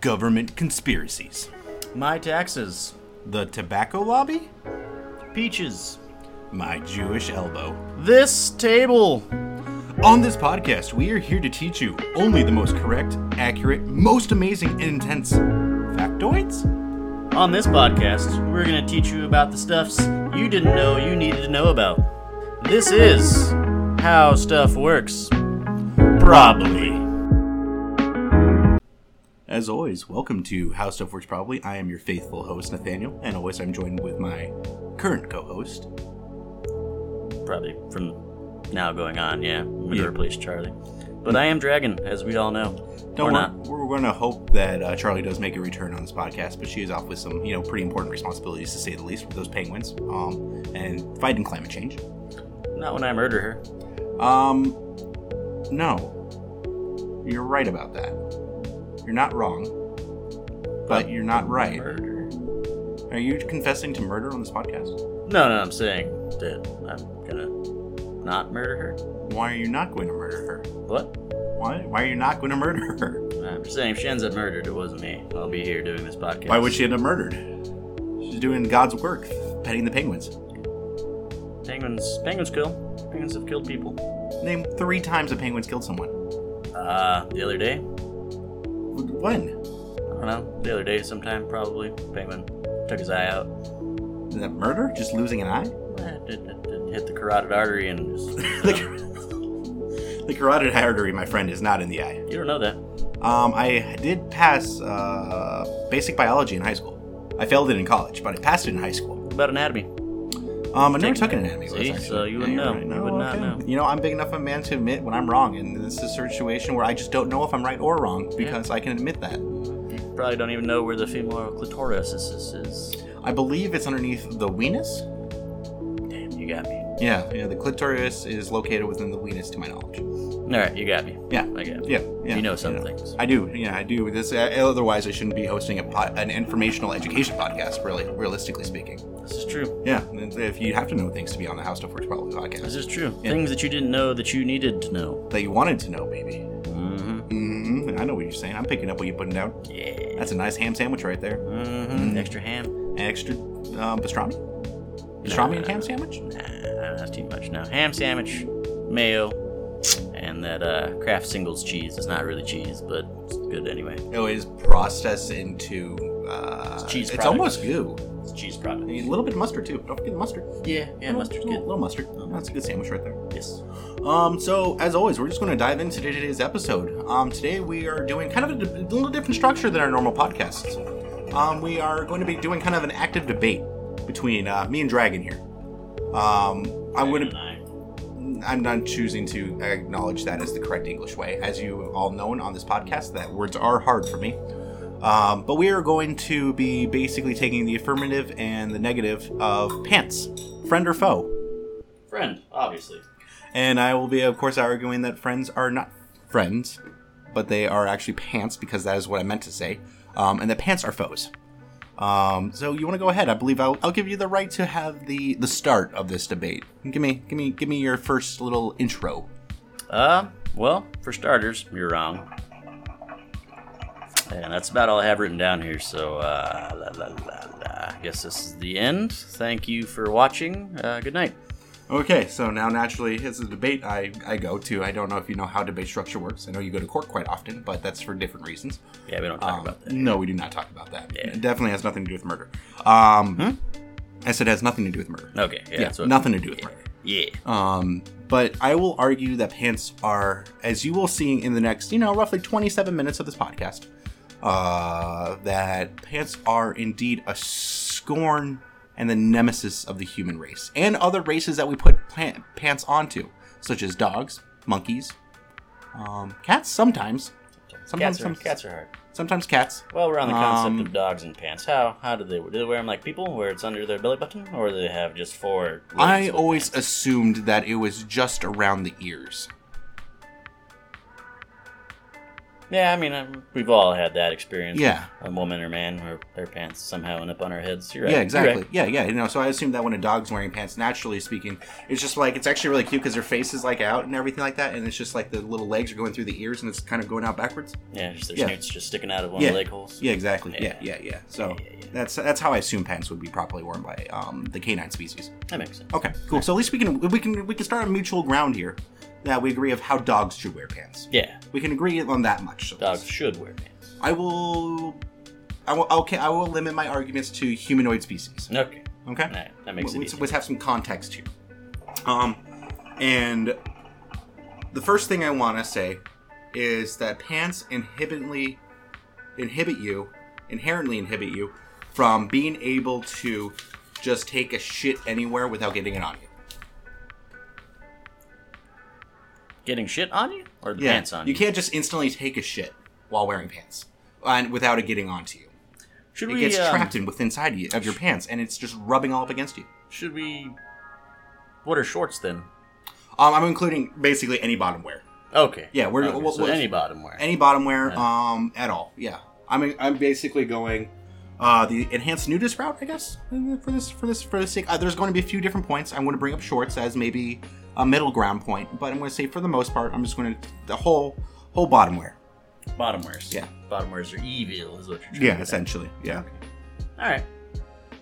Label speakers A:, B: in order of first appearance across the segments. A: government conspiracies.
B: My taxes.
A: The tobacco lobby?
B: Peaches.
A: My Jewish elbow.
B: This table.
A: On this podcast, we are here to teach you only the most correct, accurate, most amazing, and intense factoids?
B: On this podcast, we're going to teach you about the stuffs you didn't know you needed to know about. This is how stuff works. Probably.
A: As always, welcome to How Stuff Works Probably. I am your faithful host, Nathaniel, and always I'm joined with my current co host.
B: Probably from now going on, yeah. I'm going
A: Yeah.
B: to replace Charlie. But I am Dragon, as we all know.
A: Don't
B: or
A: wor-
B: not.
A: We're going to hope that uh, Charlie does make a return on this podcast, but she is off with some, you know, pretty important responsibilities to say the least with those penguins um, and fighting climate change.
B: Not when I murder her.
A: Um, no, you're right about that. You're not wrong, but you're not right.
B: Murder.
A: Are you confessing to murder on this podcast?
B: No, no, I'm saying that I'm going to not murder her.
A: Why are you not going to murder her?
B: What?
A: Why? Why are you not going to murder her?
B: I'm just saying if she ends up murdered, it wasn't me. I'll be here doing this podcast.
A: Why would she end up murdered? She's doing God's work, petting the penguins.
B: Penguins. Penguins kill. Penguins have killed people.
A: Name three times a penguin's killed someone.
B: Uh, the other day.
A: When?
B: I don't know. The other day, sometime probably. Penguin took his eye out.
A: Is that murder? Just losing an eye?
B: It- it- it Hit the carotid artery and just.
A: The, car- the carotid artery, my friend, is not in the eye.
B: You don't know that.
A: Um, I did pass uh, basic biology in high school. I failed it in college, but I passed it in high school.
B: What about anatomy?
A: Um, I never
B: Take-
A: took an anatomy
B: See,
A: class. actually.
B: so you wouldn't
A: Yeah, you're
B: know.
A: right.
B: You
A: No,
B: would not
A: okay.
B: know.
A: You know, I'm big enough of a man to admit when I'm wrong, and this is a situation where I just don't know if I'm right or wrong because I can admit that.
B: You probably don't even know where the femoral clitoris is. is, is.
A: I believe it's underneath the weenus.
B: Damn, you got me.
A: Yeah, yeah. The clitoris is located within the weenus, to my knowledge.
B: Alright, you got me.
A: Yeah,
B: I got it.
A: yeah, yeah.
B: you know some things.
A: I do. Yeah, I do. This uh, otherwise, I shouldn't be hosting a po- an informational education podcast. Really, realistically speaking.
B: This is true.
A: Yeah, if you have to know things to be on the How Stuff Works Probably
B: This
A: podcast
B: is true.
A: Yeah.
B: Things that you didn't know that you needed to know.
A: that you wanted to know, baby.
B: Mm-hmm.
A: Mm-hmm. I know what you're saying. I'm picking up what you're putting down.
B: Yeah.
A: That's a nice ham sandwich right there.
B: Mm-hmm. Extra ham.
A: And extra um, pastrami. Pastrami and ham sandwich.
B: Nah, that's too much. No ham sandwich, mayo, and that uh, Kraft singles cheese. It's not really cheese, but it's good anyway.
A: No, it is processed into. Uh,
B: It's cheese
A: It's
B: product.
A: almost goo.
B: It's cheese
A: A
B: product.
A: little bit of mustard too. Don't forget the mustard.
B: Yeah, yeah,
A: Little-
B: mustard's
A: Little,
B: good.
A: little mustard. That's a good sandwich right there.
B: Yes.
A: Um, so as always, we're just going to dive into today's episode. Um, today we are doing kind of a, di- little different structure than our normal podcasts. Um, we are going to be doing kind of an active debate between uh, me and Dragon here. Um, I'm going to. I'm not choosing to acknowledge that as the correct English way, as you have all known on this podcast that words are hard for me. Um, but we are going to be basically taking the affirmative and the negative of pants, friend or foe.
B: Friend, obviously.
A: And I will be, of course, arguing that friends are not friends, but they are actually pants because that is what I meant to say, um, and that pants are foes. Um, so you want to go ahead? I believe I'll, I'll give you the right to have the the start of this debate. Give me, give me, give me your first little intro.
B: Uh, well, for starters, you're wrong. And that's about all I have written down here, so uh, la, la, la, la. I guess this is the end. Thank you for watching. Uh, good night.
A: Okay, so now naturally, it's a debate I, I go to. I don't know if you know how debate structure works. I know you go to court quite often, but that's for different reasons. Um,
B: Yeah, we don't
A: Ah.
B: talk about that.
A: No, we do not talk about that.
B: Yeah. Hmm?
A: It definitely has nothing to do with murder. Um, I said it has nothing to do with murder.
B: Okay, yeah,
A: yeah,
B: that's what-
A: nothing to do with murder.
B: Yeah.
A: Um, but I will argue that pants are, as you will see in the next, you know, roughly 27 minutes of this podcast, uh, that pants are indeed a scorn and the nemesis of the human race and other races that we put plant, pants onto, such as dogs, monkeys, um, cats sometimes. Sometimes
B: Cats are,
A: some-
B: cats are hard.
A: Sometimes cats.
B: Well, we're on the concept
A: Um,
B: of dogs and pants. How how do they do they wear them like people, where it's under their belly button, or do they have just four? legs
A: I
B: with
A: always
B: pants?
A: assumed that it was just around the ears.
B: Yeah, I mean, um, we've all had that experience.
A: Yeah.
B: A woman or man where their pants somehow end up on our heads. You're right.
A: Yeah,
B: You're
A: exactly.
B: right.
A: Yeah, yeah. You know, so I assume that when a dog's wearing pants, naturally speaking, it's just like it's actually really cute because their face is like out and everything like that, and it's just like the little legs are going through the ears and it's kind of going out backwards.
B: Yeah, just their
A: Yeah.
B: snoots just sticking out of one
A: Yeah.
B: of the leg holes.
A: Yeah, exactly. Yeah,
B: Yeah.
A: yeah, yeah. So
B: Yeah, yeah, yeah.
A: that's that's how I assume pants would be properly worn by um, the canine species.
B: That makes sense.
A: Okay, cool. So at least we can we can we can start on mutual ground here that we agree of how dogs should wear pants.
B: Yeah,
A: We can agree on that much. at
B: dogs
A: least.
B: should wear pants.
A: I will. I will. Okay. I will limit my arguments to humanoid species.
B: Okay.
A: Okay.
B: All right, that makes it
A: let's,
B: easy.
A: let's have some context here. Um, and the first thing I want to say is that pants inhibitly inhibit you, inherently inhibit you from being able to just take a shit anywhere without getting it on you.
B: Getting shit on you or the
A: Yeah,
B: pants on you?
A: you can't just instantly take a shit while wearing pants and without it getting onto you.
B: Should
A: It
B: we
A: gets
B: um,
A: trapped in with inside you, of your pants, and it's just rubbing all up against you.
B: Should we? What are shorts then?
A: Um, I'm including basically any bottom wear.
B: Okay.
A: Yeah, we're-
B: okay,
A: what-
B: so
A: what-
B: any bottom wear.
A: any bottom wear
B: Yeah.
A: um at all yeah i'm i'm basically going uh the enhanced nudist route i guess for this for this for the sake uh, there's going to be a few different points i'm going to bring up shorts as maybe a middle ground point but i'm going to say for the most part i'm just going to the whole whole bottom wear
B: bottom wears.
A: Yeah.
B: Bottom wears are evil, is what you're. Trying
A: yeah
B: To say.
A: essentially yeah
B: All right.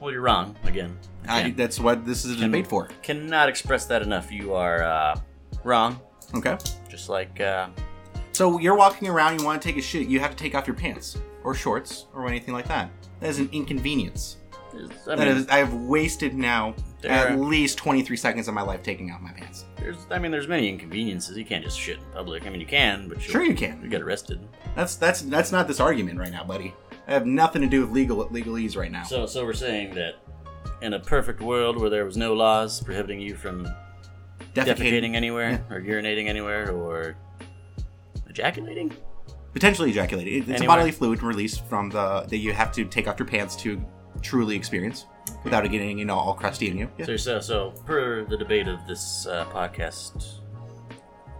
B: Well, you're wrong again.
A: I,
B: Can't-
A: that's what this is a debate for
B: cannot express that enough. You are uh, wrong.
A: okay
B: Just like uh,
A: so you're walking around you want to take a shit you have to take off your pants or shorts or anything like that that is an inconvenience
B: is-
A: I
B: I mean,
A: that is i have wasted now
B: There-
A: at least 23 seconds of my life taking off my pants
B: there's I mean, there's many inconveniences. You can't just shit in public. I mean, you can, but you'll-
A: Sure you can.
B: You get arrested.
A: That's that's that's not this argument right now, buddy. I have nothing to do with legal legalese right now.
B: So, so we're saying that in a perfect world where there was no laws prohibiting you from defecating, anywhere or urinating anywhere or ejaculating.
A: potentially ejaculating. It- It's a
B: Anywhere.
A: bodily fluid release from the that you have to take off your pants to truly experience without it getting you know all crusty in you. Yeah.
B: So, so, so per the debate of this uh, podcast,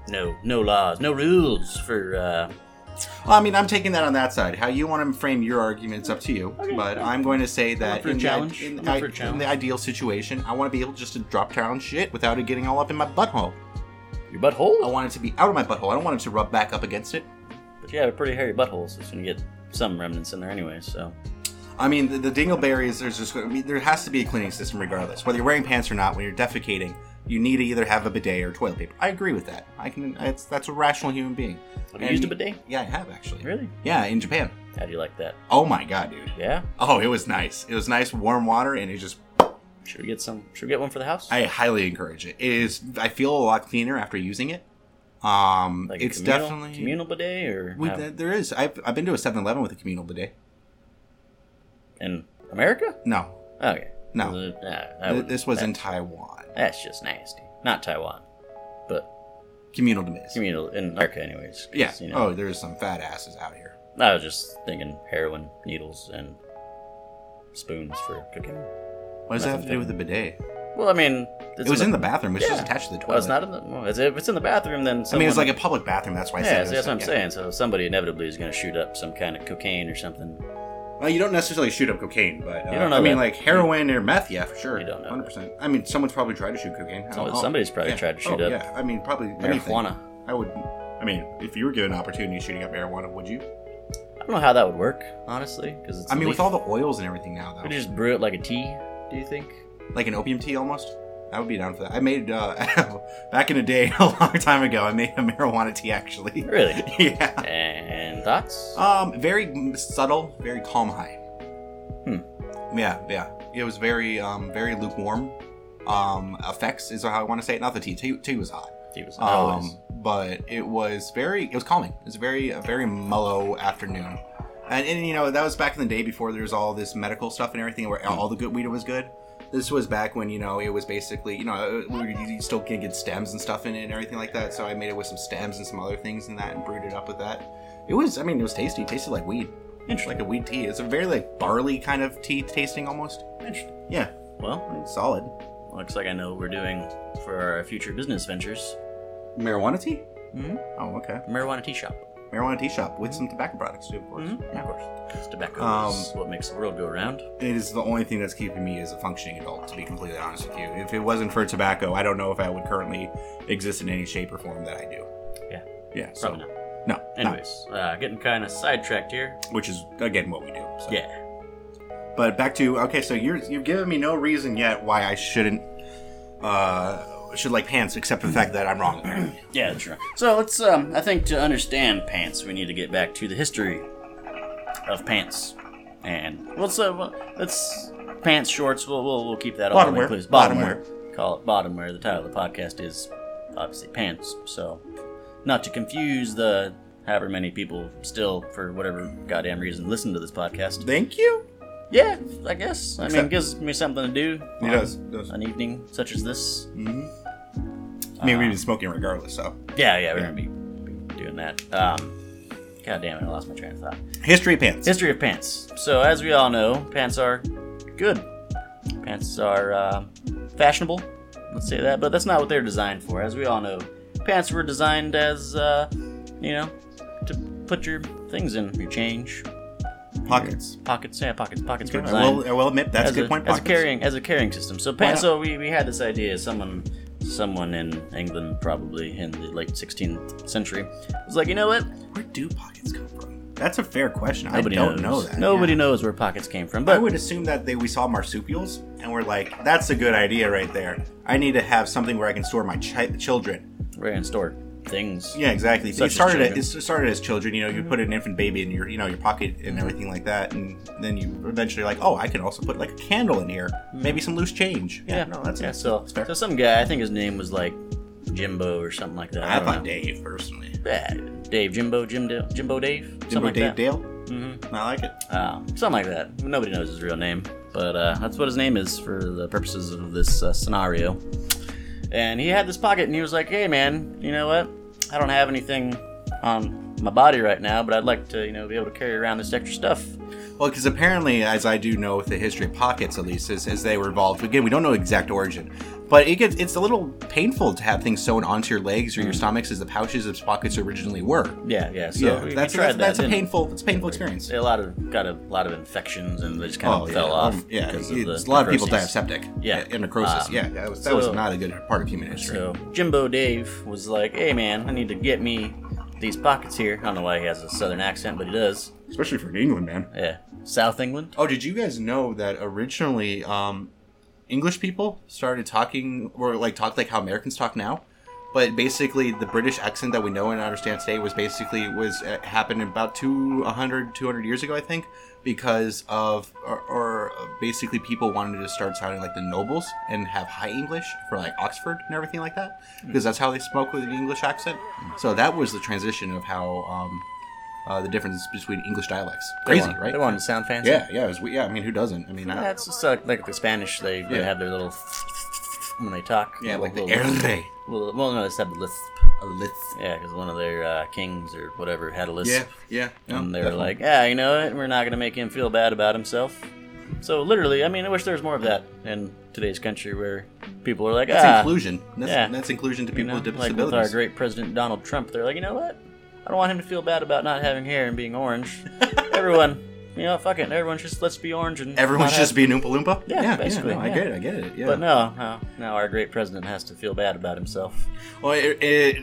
B: no, no laws, no rules for. Uh,
A: Well, I mean, I'm taking that on that side. How you want to frame your arguments up to you,
B: Okay.
A: but I'm going to say
B: I'm
A: that
B: up for a
A: in the,
B: challenge.
A: in,
B: I'm
A: the,
B: up for a
A: in
B: challenge.
A: the ideal situation, I want to be able just to drop down shit without it getting all up in my butthole.
B: your
A: I
B: butthole?
A: want it to be out of my butthole. I don't want it to rub back up against it.
B: But you have a pretty hairy butthole, so it's gonna get some remnants in there anyway. So
A: I mean, the, the dingleberries, there's just, I mean, there has to be a cleaning system regardless. Whether you're wearing pants or not, when you're defecating, you need to either have a bidet or toilet paper. I agree with that. I can, it's, that's a rational human being.
B: have you
A: And-
B: used a bidet?
A: Yeah, I have actually.
B: Really?
A: Yeah, in Japan.
B: How do you like that?
A: Oh my god, dude.
B: Yeah.
A: Oh, it was nice. It was nice, warm water, and it just,
B: Should we get some? Should we get one for the house?
A: I highly encourage it. It is, I feel a lot cleaner after using it. Um,
B: like a
A: it's
B: communal,
A: definitely,
B: communal bidet or
A: we,
B: how-
A: th- there is, I've, I've been to a 7 Eleven with a communal bidet.
B: in America?
A: No,
B: Okay.
A: No.
B: Uh, nah, I
A: th-
B: wouldn't-
A: this was
B: that-
A: in Taiwan.
B: That's just nasty. Not Taiwan, but
A: Communal bidets.
B: communal in America, anyways. 'cause,
A: Yeah.
B: You know,
A: Oh, there's some fat asses out here.
B: I was just thinking heroin, needles, and spoons for cooking.
A: What does that have to do
B: Nothing
A: with the bidet?
B: Well, I mean,
A: it was in the bathroom. It's just
B: Yeah.
A: attached to the toilet.
B: Well, it's not in the. Well, it's, if it's in the bathroom, then
A: I
B: someone,
A: mean, it's like a public bathroom. That's why. I
B: Yeah,
A: said
B: so
A: it was
B: that's what I'm
A: like- yeah.
B: saying. So somebody inevitably is going to shoot up some kind of cocaine or something.
A: Well, you don't necessarily shoot up cocaine, but uh,
B: You don't know
A: I mean,
B: that.
A: like heroin or meth, yeah, for sure.
B: You don't know that.
A: 100%. I mean, someone's probably tried to shoot cocaine. I
B: Oh,
A: don't know.
B: somebody's probably
A: Yeah.
B: tried to shoot
A: oh,
B: up
A: Yeah, I mean, probably anything.
B: marijuana.
A: I would. I mean, if you were given an opportunity shooting up marijuana, would you?
B: I don't know how that would work, honestly, because it's.
A: I mean, with
B: illegal.
A: all the oils and everything now, though,
B: Could you just brew it like a tea? Do you think?
A: like an opium tea almost. I would be down for that. I made uh, back in the day, a long time ago. I made a marijuana tea actually.
B: Really?
A: yeah.
B: and thoughts?
A: Um, very subtle, very calm high.
B: Hmm.
A: Yeah, yeah. It was very, um, very lukewarm. Um, effects is how I want to say it. Not the tea. Tea, tea was hot.
B: He was always.
A: Um, but it was very, it was calming. It was very, a very mellow afternoon. And, and you know that was back in the day before there was all this medical stuff and everything where all the good weed was good. This was back when you know it was basically you know uh, we were, you still can get stems and stuff in it and everything like that. So I made it with some stems and some other things and that and brewed it up with that. It was I mean it was tasty. It tasted like weed. It's like
B: Interesting.
A: a weed tea. It's a very like barley kind of tea tasting almost.
B: Interesting.
A: Yeah,
B: Well,
A: it's solid
B: looks like I know what we're doing for our future business ventures.
A: marijuana tea.
B: Mhm.
A: Oh okay.
B: Marijuana tea shop.
A: marijuana tea shop with some tobacco products too, of course.
B: Mhm.
A: Yeah, of course.
B: Because tobacco
A: Um,
B: is what makes the world go round.
A: It is the only thing that's keeping me as a functioning adult, to be completely honest with you. If it wasn't for tobacco, I don't know if I would currently exist in any shape or form that I do.
B: Yeah.
A: Yeah. So
B: Probably not.
A: no. Anyways,
B: Anyways, uh, getting kind of sidetracked here.
A: which is again what we do. So.
B: Yeah.
A: But back to okay, so you're you've given me no reason yet why I shouldn't uh should like pants except for the fact that I'm wrong. apparently.
B: Yeah, that's right. So let's. Um, I think to understand pants, we need to get back to the history of pants, and well, so well, let's pants, shorts. We'll we'll, we'll keep that all
A: Bottom wear.
B: inclusive.
A: Bottom
B: Call it bottom wear. The title of the podcast is obviously pants. So not to confuse the however many people still for whatever goddamn reason listen to this podcast.
A: Thank you.
B: Yeah, I guess. I mean,
A: Except-
B: it gives me something to do.
A: He
B: on
A: does. Mm. does.
B: An evening such as this.
A: I mean, we've been smoking regardless, so
B: Yeah, yeah, we're gonna be, be doing that. Um, God damn it, I lost my train of thought.
A: history of pants.
B: History of pants. So, as we all know, pants are good. Pants are uh, fashionable. Let's say that, but that's not what they're designed for. As we all know, pants were designed as, uh, you know, to put your things in, your change,
A: Pockets.
B: pockets. Yeah, pockets. Pockets were
A: I
B: designed
A: will, I will admit that's
B: as
A: a good point.
B: As a
A: pockets.
B: carrying as a carrying system. So pants.
A: not?
B: So we, we had this idea. Someone someone in England, probably in the late 16th century, was like, you know what?
A: Where do pockets come from? That's a fair question.
B: Nobody
A: I don't
B: knows.
A: know that.
B: Nobody
A: yeah.
B: knows where pockets came from.
A: I
B: But
A: would assume that they we saw marsupials and we're like, that's a good idea right there. I need to have something where I can store my chi- children.
B: we're gonna store things.
A: Yeah, exactly. So
B: Such as
A: it started
B: children.
A: as, it started as children. You know, you put an infant baby in your you know your pocket
B: Mm-hmm.
A: and everything like that, and then you eventually like, oh, I can also put like a candle in here, maybe some loose change.
B: Mm-hmm. Yeah,
A: no, that's
B: yeah.
A: it.
B: So,
A: That's fair.
B: so some guy, I think his name was like Jimbo or something like that.
A: I
B: don't
A: thought
B: know.
A: Dave personally.
B: Yeah, Dave Jimbo, Jim Dale, Jimbo Dave, something
A: Jimbo
B: like
A: Dave
B: that.
A: Dale.
B: hmm
A: I like it.
B: Um, something like that. Nobody knows his real name, but uh, that's what his name is for the purposes of this uh, scenario. And he had this pocket, and he was like, "Hey, man, you know what? I don't have anything on my body right now, but I'd like to, you know, be able to carry around this extra stuff."
A: Well, because apparently, as I do know with the history of pockets, at least as, as they were evolved, again, we don't know exact origin, but it gets it's a little painful to have things sewn onto your legs or your stomachs as the pouches of pockets originally were.
B: Yeah, yeah. Mm. So
A: yeah,
B: we- we
A: that's
B: tried
A: that's,
B: that,
A: that's a
B: didn't we?
A: painful it's a painful experience.
B: A lot of got a lot of infections, and they just kind of fell
A: yeah,
B: off.
A: Um, yeah.
B: because
A: it's- a
B: the
A: lot of people die of
B: necroses.
A: septic.
B: Yeah.
A: and necrosis.
B: Um,
A: yeah, that was that was
B: so-
A: not a good part of human history.
B: So Jimbo Dave was like, "Hey, man, I need to get me these pockets here." I don't know why he has a southern accent, but he does.
A: Especially for England, man.
B: Yeah, South England.
A: Oh, did you guys know that originally um, English people started talking or like talk like how Americans talk now? But basically, the British accent that we know and understand today was basically was uh, happened about 200, 200 years ago, I think, because of or, or uh, basically people wanted to start sounding like the nobles and have high English for like Oxford and everything like that, because that's how they spoke with an English accent. So that was the transition of how um, uh, the difference between English dialects. Crazy,
B: they want,
A: right?
B: They wanted to sound fancy.
A: Yeah, yeah, it was, we- yeah. I mean, who doesn't? I mean, I-
B: that's just like, like the Spanish. They, they
A: Yeah.
B: have their little when they talk.
A: yeah, like the
B: Little-
A: Erle.
B: Well, well, no, they said lisp. Yeah, because one of their uh, kings or whatever had a lisp.
A: Yeah, yeah. no,
B: and they're
A: definitely.
B: like, yeah, you know what? We're not going to make him feel bad about himself. So literally, I mean, I wish there was more of that in today's country where people are like,
A: that's
B: ah,
A: inclusion. That's,
B: yeah.
A: that's inclusion to
B: you
A: people
B: know,
A: with
B: like with our
A: disabilities.
B: great president Donald Trump, they're like, you know what? I don't want him to feel bad about not having hair and being orange. Everyone, you know, fuck it. Everyone just let's be orange and
A: Everyone's
B: not
A: just
B: have-
A: being Oompa Loompa.
B: Yeah,
A: yeah,
B: basically,
A: no, I
B: yeah.
A: get it. I get it. Yeah.
B: But no, no, no. Our great president has to feel bad about himself.
A: Well, it, it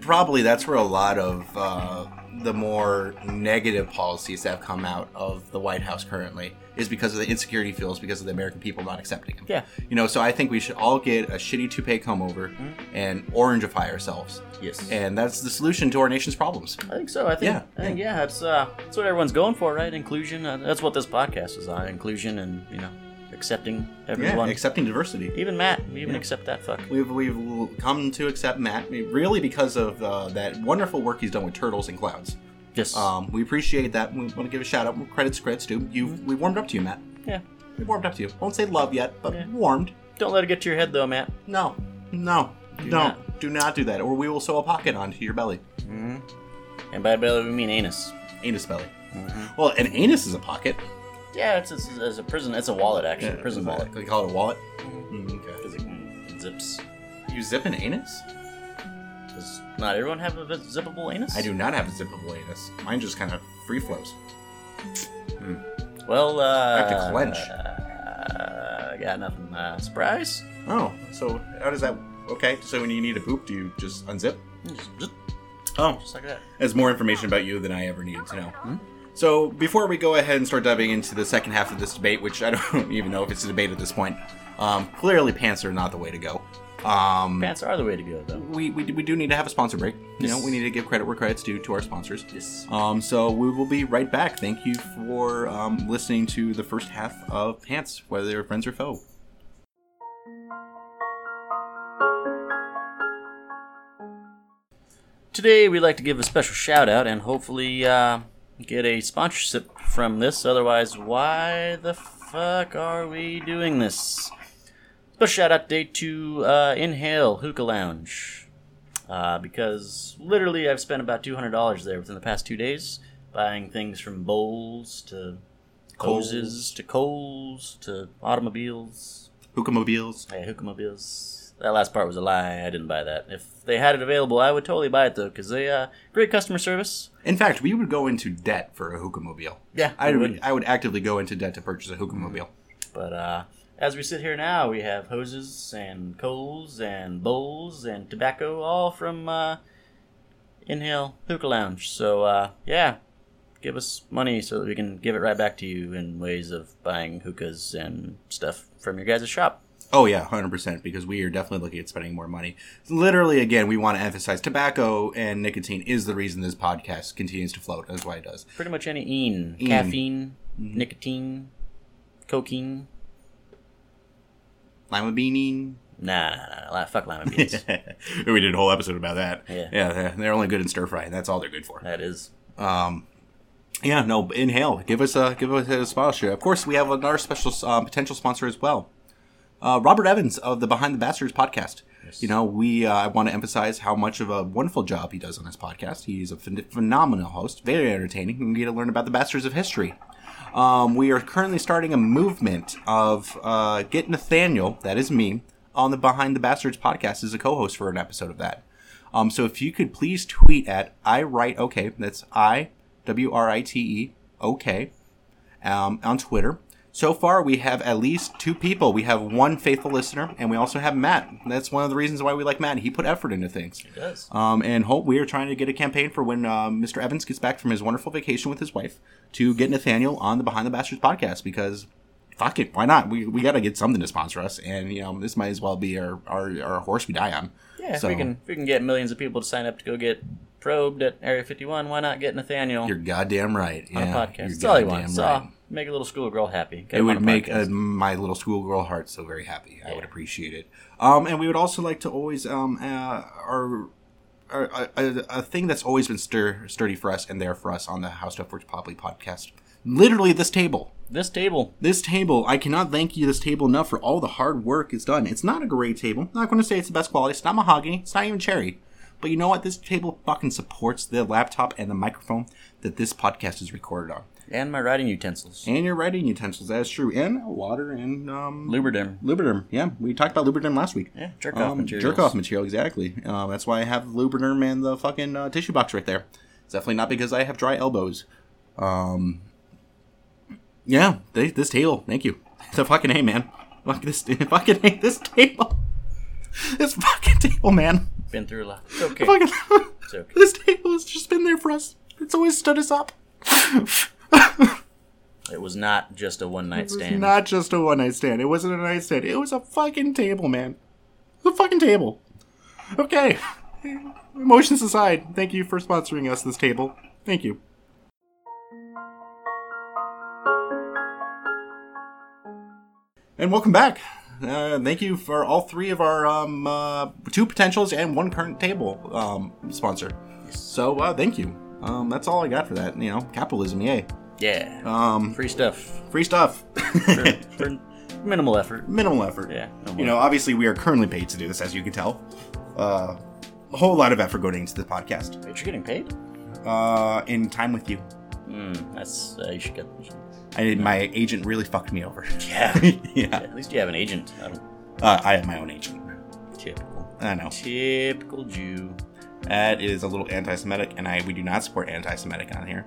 A: probably that's where a lot of uh, the more negative policies that have come out of the White House currently is because of the insecurity feels because of the American people not accepting them.
B: Yeah.
A: You know, so I think we should all get a shitty toupee comb over
B: Mm-hmm.
A: and orangeify ourselves,
B: Yes.
A: and that's the solution to our nation's problems.
B: I think so. I think,
A: Yeah,
B: I think yeah, that's uh, that's what everyone's going for, right? Inclusion. Uh, that's what this podcast is on: inclusion and you know, accepting
A: Yeah,
B: everyone.
A: accepting diversity.
B: even Matt, we even
A: Yeah.
B: accept that fuck.
A: We've, we've come to accept Matt really because of uh, that wonderful work he's done with Turtles and Clouds.
B: Yes.
A: Um, we appreciate that. We want to give a shout out. Credits, credits, dude. You, we warmed up to you, Matt.
B: yeah.
A: We warmed up to you. Won't say love yet, but
B: Yeah.
A: warmed.
B: Don't let it get to your head though, Matt.
A: No, no, do not
B: not.
A: do not do that, or we will sew a pocket onto your belly,
B: Mm-hmm. And by belly we mean anus.
A: anus belly. Well, an anus is a pocket.
B: Yeah, it's, it's, it's a prison. It's a wallet actually.
A: Yeah,
B: prison
A: is that-
B: wallet.
A: They call it a wallet. Mm, okay.
B: 'Cause it- it zips.
A: You zip an anus?
B: Does not everyone have a vi- zippable anus?
A: I do not have a zippable anus. Mine just kind of free flows.
B: Well, uh.
A: have to clench.
B: Uh, I got nothing. Uh, surprise?
A: Oh, so how does that? Okay, so when you need a poop, do you just unzip?
B: Just, just- oh, Hmm? just like that.
A: That's more information about you than I ever needed to know. So before we go ahead and start diving into the second half of this debate, which I don't even know if it's a debate at this point, um, clearly pants are not the way to go. Um,
B: Pants are the way to go, though.
A: we, we, we do need to have a sponsor break. You know,
B: Yes.
A: we need to give credit where credit's due to our sponsors.
B: Yes.
A: Um, so we will be right back. Thank you for um, listening to the first half of Pants, whether they're friends or foe.
B: Today, we'd like to give a special shout out and hopefully uh, get a sponsorship from this. Otherwise, why the fuck are we doing this? Special shout out today to uh, Inhale Hookah Lounge. Uh, because literally, I've spent about $200 there within the past two days, buying things from bowls to
A: Coles.
B: hoses to coals to automobiles.
A: Hookah mobiles.
B: Yeah, hookah mobiles. That last part was a lie. I didn't buy that. If they had it available, I would totally buy it though, because they uh great customer service.
A: In fact, we would go into debt for a hookah mobile.
B: Yeah,
A: I
B: we
A: would,
B: would.
A: I would actively go into debt to purchase a hookah mobile.
B: But uh, as we sit here now, we have hoses and coals and bowls and tobacco, all from uh, Inhale Hookah Lounge. So uh, yeah, give us money so that we can give it right back to you in ways of buying hookahs and stuff from your guys' shop.
A: Oh yeah, hundred percent. Because we are definitely looking at spending more money. Literally, again, we want to emphasize tobacco and nicotine is the reason this podcast continues to float. That's why it does.
B: Pretty much any een, Mm-hmm. caffeine, nicotine, cocaine.
A: Lima beaning.
B: Nah, nah, nah, nah. Fuck lima beans.
A: we did a whole episode about that.
B: Yeah.
A: yeah, they're- they're only good in stir fry, and that's all they're good for.
B: that is.
A: Yeah, no, inhale. Give us a give us a sponsor. Of course, we have another special uh, potential sponsor as well. Uh, Robert Evans of the Behind the Bastards podcast. You know, we uh, I want to emphasize how much of a wonderful job he does on his podcast. He's a phen- phenomenal host, very entertaining, and we get to learn about the bastards of history. Um, we are currently starting a movement of uh, get Nathaniel, that is me, on the Behind the Bastards podcast as a co-host for an episode of that. Um, so if you could please tweet at I write okay, that's I W R I T E okay, um, on Twitter. So far, we have at least two people. We have one faithful listener, and we also have Matt. That's one of the reasons why we like Matt. He put effort into things.
B: It does.
A: Um, and hope we are trying to get a campaign for when uh, Mr. Evans gets back from his wonderful vacation with his wife to get Nathaniel on the Behind the Bastards podcast because fuck it, why not? We, we got to get something to sponsor us, and you know this might as well be our our, our horse we die on.
B: Yeah, if
A: so-
B: we can if we can get millions of people to sign up to go get probed at Area 51. Why not get Nathaniel
A: You're goddamn right.
B: on
A: yeah,
B: a podcast?
A: You're
B: That's all he
A: goddamn
B: wants. It's all- make a little schoolgirl happy. Get
A: It
B: him
A: would
B: on a
A: make
B: podcast.
A: uh my little schoolgirl heart so very happy. I would appreciate it. Um, and we would also like to always um, uh, our, our a, a, a thing that's always been stir, sturdy for us and there for us on the How Stuff Works Poppy podcast. Literally, this table.
B: this table.
A: This table, I cannot thank you, this table, enough for all the hard work it's done. It's not a great table. I'm not going to say it's the best quality. It's not mahogany. It's not even cherry. But you know what? This table fucking supports the laptop and the microphone that this podcast is recorded on.
B: And my writing utensils.
A: And your writing utensils, that's true. And water and um,
B: Lubriderm.
A: Lubriderm, yeah. We talked about Lubriderm last week.
B: Yeah, jerk off
A: Um,
B: materials.
A: jerk off material, exactly. Uh, that's why I have Lubriderm and the fucking uh, tissue box right there. It's definitely not because I have dry elbows. Um, yeah, they, this table. Thank you. So fucking hey, man. Fuck this. Fucking hey, this table. This fucking table, man.
B: Been through a lot. It's okay.
A: Fucking.
B: It's okay.
A: this table has just been there for us. It's always stood us up.
B: It was not just a one night
A: It was
B: stand.
A: not just a one night stand. It wasn't a night stand. It was a fucking table, man. The fucking table. Okay. Emotions aside, thank you for sponsoring us this table. Thank you. And welcome back. Uh, thank you for all three of our um, uh, two potentials and one current table um, sponsor. So uh, thank you. Um, that's all I got for that. You know, capitalism, yay.
B: yeah.
A: Um,
B: Free stuff.
A: free stuff.
B: For, for minimal effort.
A: minimal effort.
B: Yeah. no
A: You
B: more.
A: know, obviously we are currently paid to do this, as you can tell. Uh, a whole lot of effort going into the podcast.
B: Wait, you're getting paid?
A: Uh, in time with you,
B: Mm, that's uh, you should get. you should-
A: I did. My agent really fucked me over.
B: Yeah.
A: yeah,
B: At least you have an agent. I don't.
A: uh, I have my own agent.
B: Typical.
A: I know.
B: Typical Jew.
A: That is a little anti-Semitic, and I we do not support anti-Semitic on here.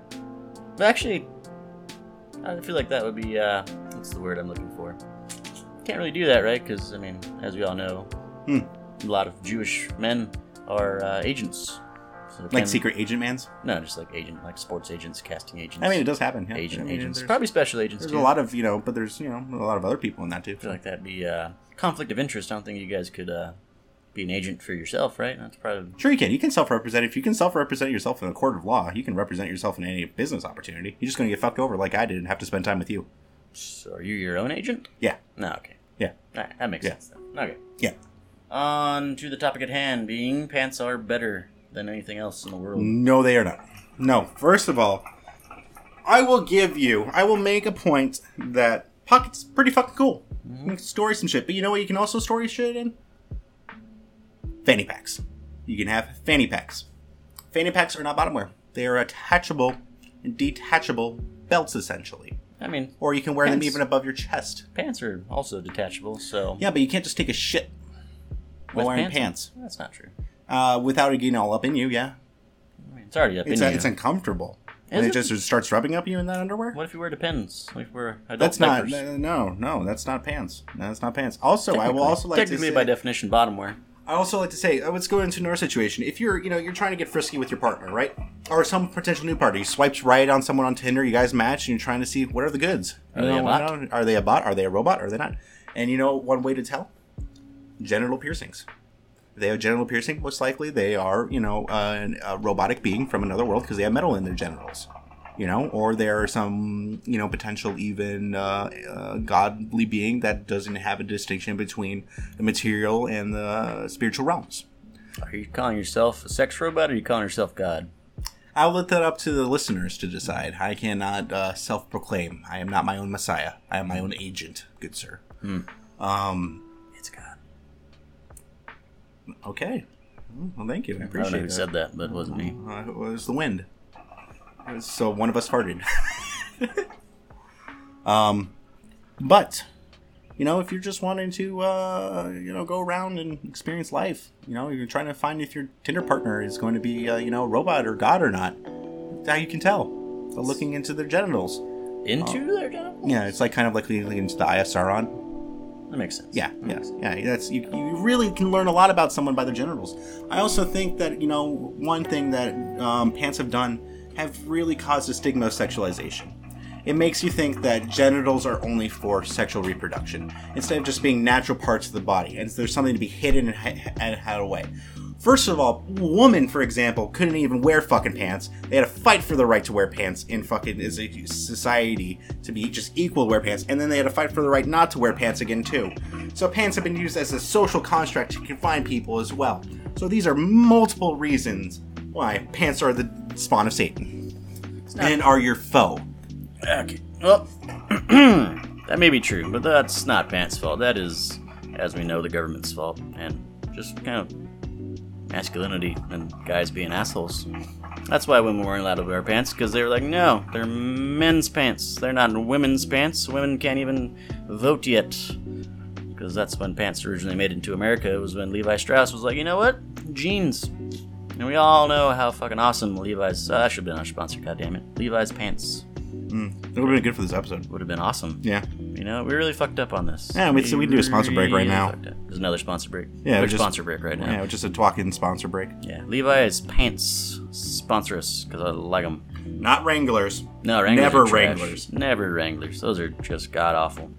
B: But actually, I feel like that would be uh, what's the word I'm looking for? Can't really do that, right? Because I mean, as we all know,
A: Hmm.
B: a lot of Jewish men are uh, agents. So
A: Like
B: can-
A: secret agent mans.
B: No, just like agent, like sports agents, casting agents.
A: I mean, it does happen. Yeah.
B: agent
A: I mean,
B: agents,
A: There's,
B: probably special agents.
A: there's
B: too.
A: a lot of you know, but there's you know a lot of other people in that too.
B: I feel like that'd be uh, conflict of interest. I don't think you guys could uh, be an agent for yourself, right? That's probably
A: Sure, you can. You can self-represent. If you can self-represent yourself in a court of law, you can represent yourself in any business opportunity. You're just going to get fucked over like I did and have to spend time with you.
B: So are you your own agent?
A: Yeah.
B: No, okay.
A: Yeah.
B: All right, that makes
A: Yeah.
B: sense then. Okay.
A: Yeah.
B: On to the topic at hand being pants are better than anything else in the world.
A: No, they are not. No. First of all, I will give you. I will make a point that pockets pretty fucking cool.
B: Mm-hmm.
A: You can store some shit, but you know what? You can also store your shit in fanny packs. You can have fanny packs. Fanny packs are not bottomware. They are attachable and detachable belts, essentially.
B: I mean,
A: Or you can wear them
B: Pants.
A: even above your chest.
B: pants are also detachable, so
A: Yeah, but you can't just take a shit while
B: With
A: wearing
B: pants?
A: pants,
B: that's not true.
A: uh, without it getting all up in you. Yeah,
B: I mean, it's already up
A: it's
B: in
A: uh
B: you.
A: it's uncomfortable, and
B: Is
A: it,
B: it?
A: just starts rubbing up you in that underwear.
B: what if you wear depends? What if you wear adult
A: That's not
B: diapers?
A: uh, no no. That's not pants. No, That's not pants. Also, I will also like to
B: Technically,
A: say,
B: by definition, bottom wear.
A: I also like to say, uh, let's go into another situation. If you're you know you're trying to get frisky with your partner, right, or some potential new partner, you swiped right on someone on Tinder. You guys match, and you're trying to see what are the goods.
B: Are
A: You
B: they a
A: know,
B: bot?
A: I don't- Are they a bot? Are they a robot? Are they not? And you know one way to tell: genital piercings. If they have genital piercing, most likely they are you know uh, an, a robotic being from another world because they have metal in their genitals. You know, or they're some you know potential even uh, uh, godly being that doesn't have a distinction between the material and the spiritual realms.
B: Are you calling yourself a sex robot or are you calling yourself God?
A: I'll let that up to the listeners to decide. I cannot uh, self-proclaim. I am not my own messiah. I am my own agent, good sir.
B: Hmm.
A: Um,
B: It's God.
A: okay. Well, thank you. I
B: I don't know who
A: appreciate that.
B: said that, but it wasn't me.
A: Uh, it was the wind. It was- So one of us farted. um, but you know, if you're just wanting to, uh, you know, go around and experience life, you know, you're trying to find if your Tinder partner is going to be, uh, you know, a robot or god or not. That's how you can tell by looking into their genitals.
B: Into their job?
A: Uh, Yeah, it's like kind of like looking into the ISR on.
B: That makes sense.
A: Yeah, yeah, yeah. That's you, you. really can learn a lot about someone by their genitals. I also think that you know one thing that um, pants have done have really caused a stigma of sexualization. It makes you think that genitals are only for sexual reproduction instead of just being natural parts of the body, and there's something to be hidden and, hi- and hid away. First of all, women, for example, couldn't even wear fucking pants. They had a fight for the right to wear pants in fucking as a society to be just equal to wear pants, and then they had a fight for the right not to wear pants again too. So pants have been used as a social construct to confine people as well. So these are multiple reasons why pants are the spawn of Satan and are your foe.
B: Okay. Well, that may be true, but that's not Pants' fault. That is, as we know, the government's fault, and just kind of masculinity and guys being assholes. That's why women weren't allowed to wear pants because they were like, no, they're men's pants. They're not women's pants. Women can't even vote yet. Because that's when pants originally made into America. It was when Levi Strauss was like, you know what? Jeans. And we all know how fucking awesome Levi's. Uh, that should have been our sponsor, goddammit. Levi's pants
A: It would have been good for this episode.
B: would have been awesome.
A: Yeah.
B: You know, we really fucked up on this.
A: Yeah, we- so we can do a sponsor break right
B: really
A: now.
B: fucked up. There's another sponsor break.
A: Yeah,
B: Quick
A: just-
B: sponsor break right now.
A: Yeah, just a talking sponsor break.
B: Yeah, Levi's pants sponsor us because I like them.
A: Not Wranglers.
B: No, Wranglers.
A: Never
B: are trash.
A: Wranglers.
B: Never Wranglers. Those are just god awful.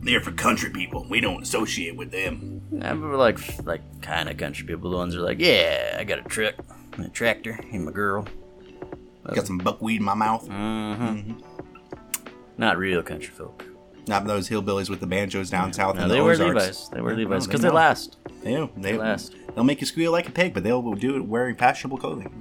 A: They're for country people. We don't associate with them.
B: Yeah, but we're like like kind of country people. The ones that are like, yeah, I got a truck, and a tractor, and my girl. Mm-hmm.
A: Got some buckwheat in my mouth. Mm-hmm.
B: Not real country folk.
A: Not those hillbillies with the banjos down south.
B: No,
A: in
B: they
A: the
B: wear
A: Ozarks.
B: Levi's. They wear
A: Yeah,
B: Levi's
A: no,
B: because they
A: know.
B: last.
A: They do. They,
B: last.
A: They'll make you squeal like a pig, but they'll do it wearing fashionable clothing.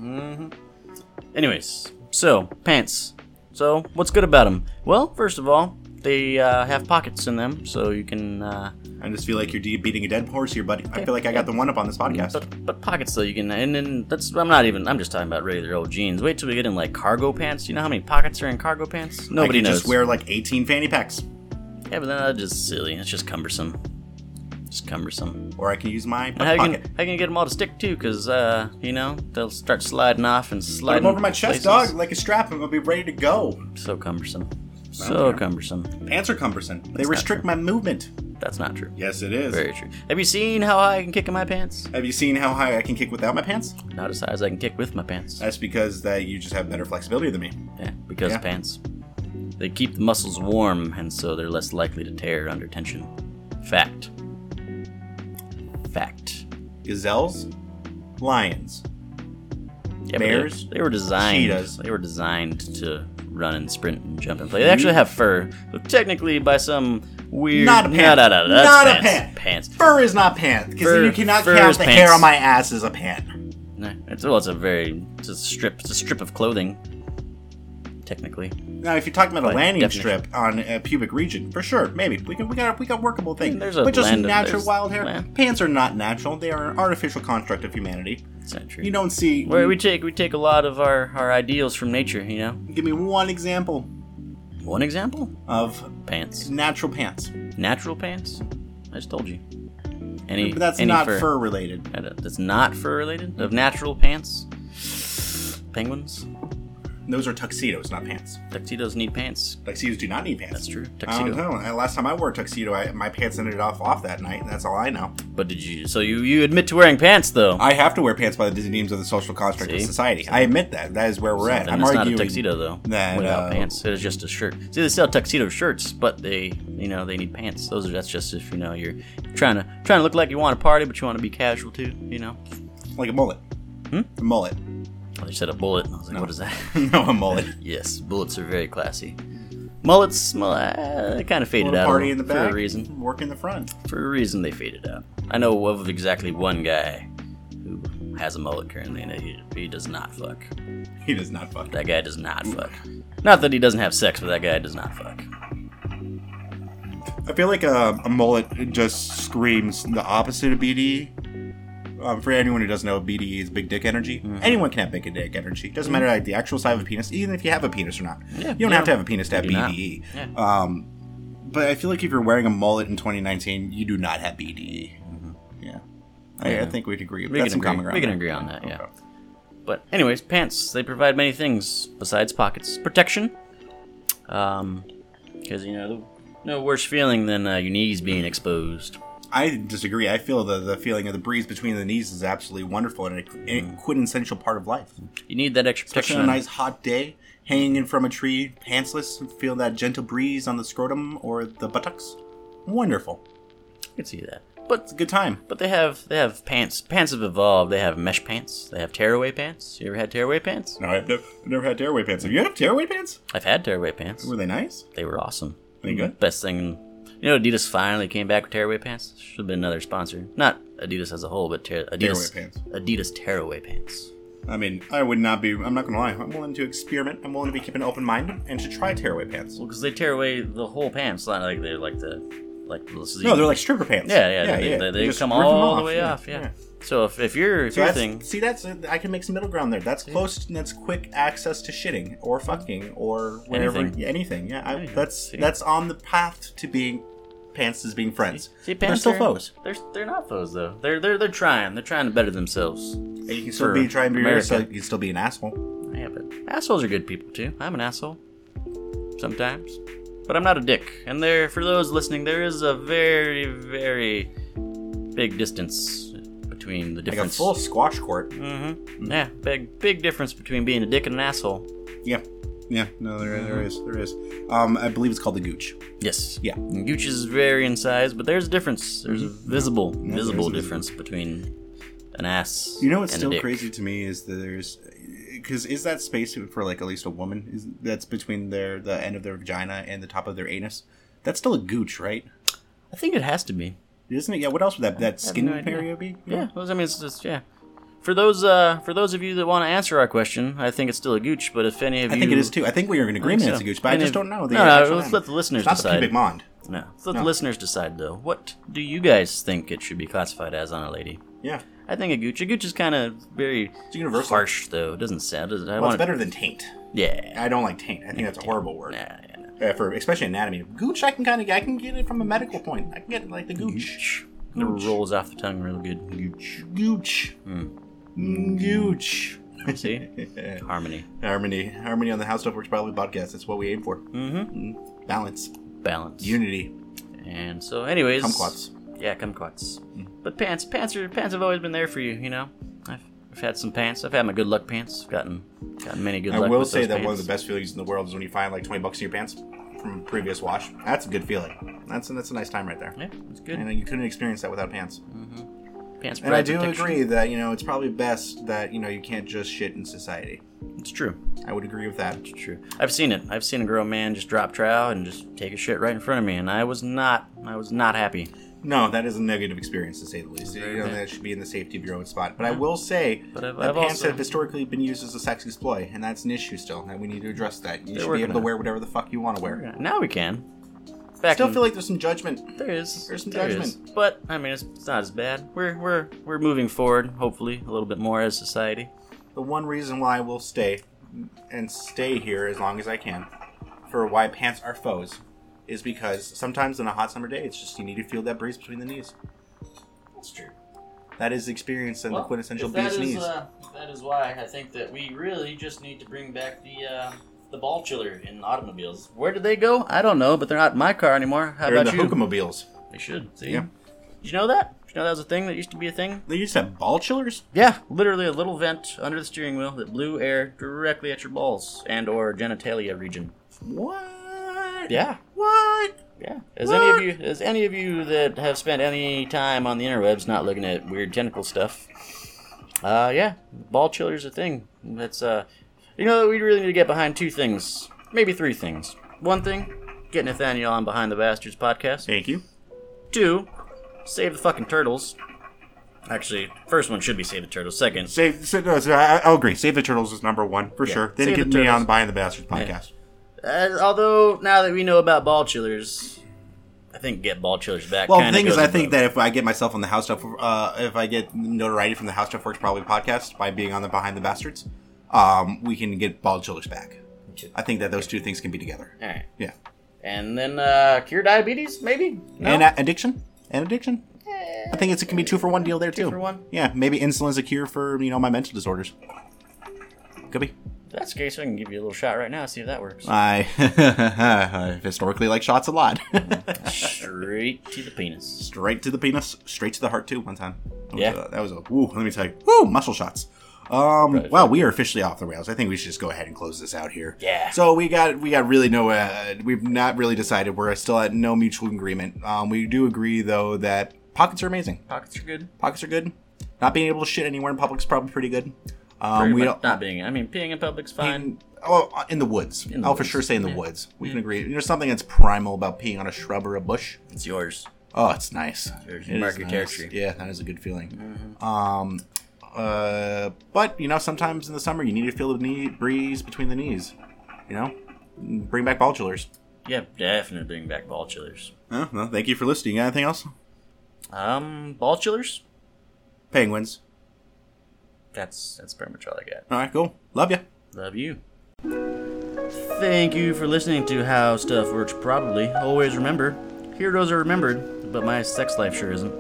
B: Mm-hmm. Anyways, so pants. So what's good about them? Well, first of all, they uh, have pockets in them, so you can. Uh,
A: I just feel like you're de- beating a dead horse here, buddy. I feel like I got the one up on this podcast.
B: but, but pockets though you can, and then that's. I'm not even. I'm just talking about regular old jeans. Wait till we get in like cargo pants. You know how many pockets are in cargo pants? Nobody
A: I could
B: knows.
A: just wear like 18 fanny packs.
B: yeah, but that's just silly. It's just cumbersome. Just cumbersome.
A: Or I can use my
B: And how you
A: pocket.
B: can how you can get them all to stick too? Because uh, you know they'll start sliding off and
A: Put
B: sliding.
A: them over my chest,
B: places.
A: dog, like a strap, and I'll be ready to go.
B: So cumbersome. So
A: Okay.
B: cumbersome.
A: Pants are cumbersome. They restrict my movement.
B: That's not true.
A: Yes, it is.
B: Very true. Have you seen how high I can kick in my pants?
A: Have you seen how high I can kick without my pants?
B: Not as high as I can kick with my pants.
A: That's because that you just have better flexibility than me.
B: Yeah, because
A: Yeah.
B: pants. They keep the muscles warm, and so they're less likely to tear under tension. Fact. Fact.
A: Gazelles, lions.
B: Yeah, but they-
A: Bears,
B: They, were designed.
A: cheetahs.
B: They were designed to run and sprint and jump and play. They actually have fur. But technically, by some weird.
A: Not a pant.
B: No, no, no, that's
A: Not a
B: pants.
A: pant.
B: Pants.
A: Fur is not pants, because
B: Fur-
A: you cannot
B: fur
A: count
B: is
A: the
B: pants.
A: hair on my ass as a pant.
B: No, it's well, it's a very it's a strip. It's a strip of clothing. Technically,
A: Now, if you're talking about a
B: By
A: landing
B: definition.
A: strip on a pubic region, for sure, maybe we can we got we got workable things.
B: there's a
A: but just
B: land-
A: natural
B: there's-
A: wild hair.
B: yeah.
A: Pants are not natural; they are an artificial construct of humanity.
B: it's not true.
A: You don't see.
B: Where we take we take a lot of our our ideals from nature. You know,
A: give me one example
B: one example
A: of
B: pants,
A: natural pants.
B: natural pants. I just told you. Any
A: But that's
B: any
A: not
B: fur.
A: fur. related.
B: That- That's not fur related of natural pants. Penguins.
A: Those are tuxedos, not pants.
B: Tuxedos need pants.
A: Tuxedos do not need pants.
B: That's true.
A: I don't
B: Tuxedo.
A: know. Uh, Last time I wore a tuxedo, I, my pants ended off off that night. and That's all I know.
B: But did you? So you you admit to wearing pants though?
A: I have to wear pants by the deems of the social construct of
B: See?
A: society. I admit that. That is where we're at.
B: Then
A: I'm
B: it's
A: arguing.
B: not a tuxedo though.
A: that,
B: without
A: uh,
B: pants, it is just a shirt. See, they sell tuxedo shirts, but they you know they need pants. Those are that's just if you know you're trying to trying to look like you want to party, but you want to be casual too. You know.
A: Like a mullet.
B: Hmm?
A: A mullet.
B: Oh, they said a bullet. and I was like,
A: No.
B: what is that?
A: no, a mullet.
B: yes, bullets are very classy. Mullets, mull- uh, they kind of faded
A: Little
B: out a
A: party
B: little-
A: in the
B: for
A: back.
B: a reason.
A: Work in the front.
B: For a reason, they faded out. I know of exactly one guy who has a mullet currently, and he, he does not fuck.
A: He does not fuck.
B: That guy does
A: Mm.
B: not fuck. Not that he doesn't have sex, but that guy does not fuck.
A: I feel like a, a mullet just screams the opposite of BDE. Um, for anyone who doesn't know, BDE is big dick energy.
B: Mm-hmm.
A: Anyone can have big dick energy. Doesn't matter like the actual size of a penis, even if you have a penis or not.
B: Yeah,
A: you don't
B: yeah.
A: have to have a penis to have
B: You do not.
A: BDE.
B: Yeah.
A: Um, but I feel like if you're wearing a mullet in 2019, you do not have BDE. Mm-hmm. Yeah. I, I
B: Yeah.
A: think we'd agree.
B: We
A: That's
B: can
A: some common
B: agree.
A: ground.
B: We can
A: there.
B: agree on that, yeah.
A: Okay.
B: But anyways, pants. They provide many things besides pockets. Protection. Um, because you know, no worse feeling than uh, your knees being exposed.
A: I disagree. I feel the, the feeling of the breeze between the knees is absolutely wonderful and a, a quintessential part of life.
B: You need that extra
A: Especially
B: protection.
A: on a nice hot day, hanging from a tree, pantsless, and feel that gentle breeze on the scrotum or the buttocks. Wonderful.
B: I can see that. But
A: It's a good time.
B: but they have they have pants. Pants have evolved. They have mesh pants. They have tearaway pants. You ever had tearaway pants?
A: No, I've never, never had tearaway pants. Have you had tearaway pants?
B: I've had tearaway pants.
A: Were they nice?
B: They were awesome.
A: They good?
B: Best thing. You know, Adidas finally came back with tearaway pants. Should have been another sponsor. Not Adidas as a whole, but tear, Adidas
A: Tearaway pants.
B: Adidas tearaway pants.
A: I mean, I would not be. I'm not gonna lie. I'm willing to experiment. I'm willing to be keep an open mind and to try tearaway pants.
B: Well, because they tear away the whole pants. Not like they're like the like this is
A: No, they're like stripper pants.
B: yeah, yeah, they, They,
A: You
B: they
A: just
B: come
A: rip them
B: all the
A: off.
B: way off. Yeah. So if, if you're if
A: So
B: your
A: that's,
B: thing,
A: see, that's I can make some middle ground there. That's close. That's quick access to shitting or fucking or whatever.
B: Anything.
A: Anything. anything. Yeah, I,
B: Anything.
A: that's
B: See?
A: that's on the path to being pants as being friends.
B: see pants
A: they're
B: are-
A: still foes.
B: They're they're not foes though. They're they're they're trying. They're trying to better themselves.
A: And you can still
B: for
A: be trying to be
B: America.
A: yourself. You can still be an asshole.
B: Yeah, but assholes are good people too. I'm an asshole sometimes, but I'm not a dick. And there, for those listening, there is a very very big distance between the
A: Like a
B: difference.
A: full squash court.
B: mm-hmm. Yeah, big big difference between being a dick and an asshole.
A: Yeah, yeah. No, there, there
B: Mm-hmm.
A: is, there is. Um, I believe it's called the gooch.
B: Yes.
A: Yeah. Mm-hmm.
B: Gooches vary in size, but there's a difference. There's a visible,
A: there's a
B: visible
A: visible-
B: difference between an ass.
A: You know what's
B: and a
A: still
B: dick.
A: crazy to me is that there's because is that space for like at least a woman is that's between their the end of their vagina and the top of their anus. That's still a gooch, right?
B: I think it has to be.
A: Isn't it? Yeah. What else would that that skin
B: no idea.
A: area be?
B: Yeah. those- I mean, it's just yeah. For those uh, for those of you that want to answer our question, I think it's still a gooch. But if any of
A: I
B: you,
A: think it is too. I think we are in agreement
B: so.
A: it's a gooch, but I
B: And
A: just
B: if-
A: don't know.
B: no, no,
A: actual
B: let's
A: name.
B: let the listeners
A: it's not
B: decide.
A: The pubic mond.
B: No, let's let
A: No.
B: the listeners decide though. What do you guys think it should be classified as on a lady?
A: Yeah.
B: I think a gooch. A gooch is kind of very
A: It's universal.
B: harsh though. It doesn't sound. Doesn't, I
A: Well, it's
B: want
A: better than taint.
B: Yeah.
A: I don't like taint. I think that's a horrible word
B: Yeah, yeah.
A: Uh, for especially anatomy. Gooch, I can kind of I can get it from a medical point. I can get it like the gooch.
B: Never
A: Gooch.
B: rolls off the tongue real good. Gooch.
A: Gooch.
B: Mm.
A: Gooch.
B: See? Harmony.
A: Harmony. Harmony on the House Stuff Works Probably podcast. That's what we aim for.
B: Mm-hmm.
A: Balance.
B: Balance.
A: Unity.
B: and so, anyways.
A: Kumquats. Hmm.
B: Yeah, kumquats. But pants, pants are pants have always been there for you. You know, I've, I've had some pants. I've had my good luck pants. I've gotten gotten many good
A: I
B: luck.
A: will
B: with
A: say
B: those
A: that one of
B: pants.
A: the best feelings in the world is when you find like 20 bucks in your pants from a previous wash. That's a good feeling. That's a, that's a nice time right there.
B: Yeah, it's good.
A: And you couldn't experience that without pants.
B: pants.
A: And I
B: provide
A: do
B: protection.
A: agree that, you know, it's probably best that, you know, you can't just shit in society.
B: It's true.
A: I would agree with that.
B: It's true. I've seen it. I've seen a grown man just drop trow and just take a shit right in front of me, and I was not. I was not happy.
A: No, that is a negative experience to say the least. You know,
B: bad.
A: that should be in the safety of your own spot. But I will say
B: But I've-
A: that
B: I've
A: pants
B: also-
A: have historically been used as a sex exploit, and that's an issue still, and we need to address that. You
B: They're
A: should be
B: working
A: able to
B: on it.
A: wear whatever the fuck you want to wear.
B: Now we can.
A: I
B: Back
A: still
B: in-
A: feel like there's some judgment.
B: there is.
A: there's some
B: there is.
A: judgment.
B: But I mean, it's, it's not as bad. We're we're we're moving forward. Hopefully, a little bit more as society.
A: The one reason why I will stay and stay here as long as I can for why pants are foes is because sometimes on a hot summer day, it's just you need to feel that breeze between the knees.
B: That's true.
A: That is the experience and the quintessential bee's knees.
B: uh, that is why I think that we really just need to bring back the uh, the ball chiller in automobiles. Where did they go? I don't know, but they're not in my car anymore. How
A: They're in
B: about
A: the
B: you?
A: hookamobiles.
B: They should. See?
A: Yeah.
B: Did you know that? Did you know that was a thing that used to be a thing?
A: They used to have ball chillers?
B: Yeah, literally a little vent under the steering wheel that blew air directly at your balls and or genitalia region.
A: What?
B: Yeah.
A: What?
B: Yeah. As any of
A: What?
B: you as any of you that have spent any time on the interwebs not looking at weird tentacle stuff. Uh yeah, ball chiller's a thing. That's uh you know we really need to get behind two things. Maybe three things. One thing, get Nathaniel on behind the bastards podcast.
A: Thank you.
B: Two, save the fucking turtles. Actually, first one should be save the turtles. Second,
A: Save, sa- no, so I, I'll agree. Save the Turtles is number one, for
B: Yeah.
A: sure. Then
B: Save
A: get
B: the
A: me on
B: Turtles.
A: Behind the Bastards podcast.
B: Uh, although now that we know about ball chillers, I think get ball chillers back.
A: Well, the
B: kinda
A: thing is,
B: goes
A: I think
B: above.
A: that if I get myself on the House Stuff, uh, if I get notoriety from the House Stuff Works Probably podcast by being on the Behind the Bastards, um, we can get Bald Chillers back. I think that those two things can be together.
B: All right,
A: Yeah.
B: and then uh, cure diabetes, maybe. No?
A: And uh, addiction? And addiction? I think it's, it can be two for one deal there, too.
B: for one?
A: Yeah, maybe insulin's a cure for, you know, my mental disorders. Could be.
B: If that's the case, I can give you a little shot right now. See if that works.
A: I, I historically like shots a lot.
B: Straight to the penis.
A: straight to the penis, straight to the heart too. One time, that was
B: Yeah.
A: a, that was a woo. Let me tell you, woo, muscle shots. Um,
B: Right.
A: well, we are officially off the rails. I think we should just go ahead and close this out here.
B: Yeah.
A: So we got we got really no. Uh, we've not really decided. We're still at no mutual agreement. Um, we do agree though that pockets are amazing.
B: Pockets are good.
A: Pockets are good. Not being able to shit anywhere in public is probably pretty good. Um,
B: Pretty
A: we
B: much
A: don't.
B: not being. I mean, peeing in public's fine.
A: In, oh, in the woods.
B: In the
A: I'll for
B: woods.
A: sure say in the
B: Yeah.
A: woods. We can agree. There's something that's primal about peeing on a shrub or a bush.
B: It's yours.
A: Oh, it's nice.
B: There's
A: It is
B: mark your
A: nice.
B: territory.
A: Yeah, that is a good feeling. Um, uh, but you know, sometimes in the summer, you need to feel the knee breeze between the knees. You know, bring back ball chillers.
B: Yeah, definitely bring back ball chillers.
A: Oh, well, thank you for listening. You got anything else?
B: Um, ball chillers.
A: Penguins.
B: That's that's pretty much all I got.
A: All right, cool. Love you.
B: Love you. Thank you for listening to How Stuff Works Probably. Always remember, heroes are remembered, but my sex life sure isn't.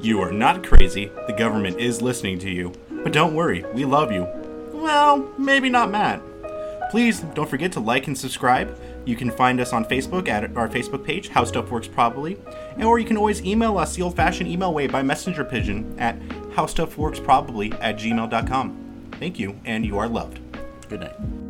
A: You are not crazy. The government is listening to you, but don't worry, we love you. Well, maybe not Matt. Please don't forget to like and subscribe. You can find us on Facebook at our Facebook page, How Stuff Works Probably, and or you can always email us the old-fashioned email way by messenger pigeon at howstuffworksprobably at gmail.com. Thank you, and you are loved.
B: Good night.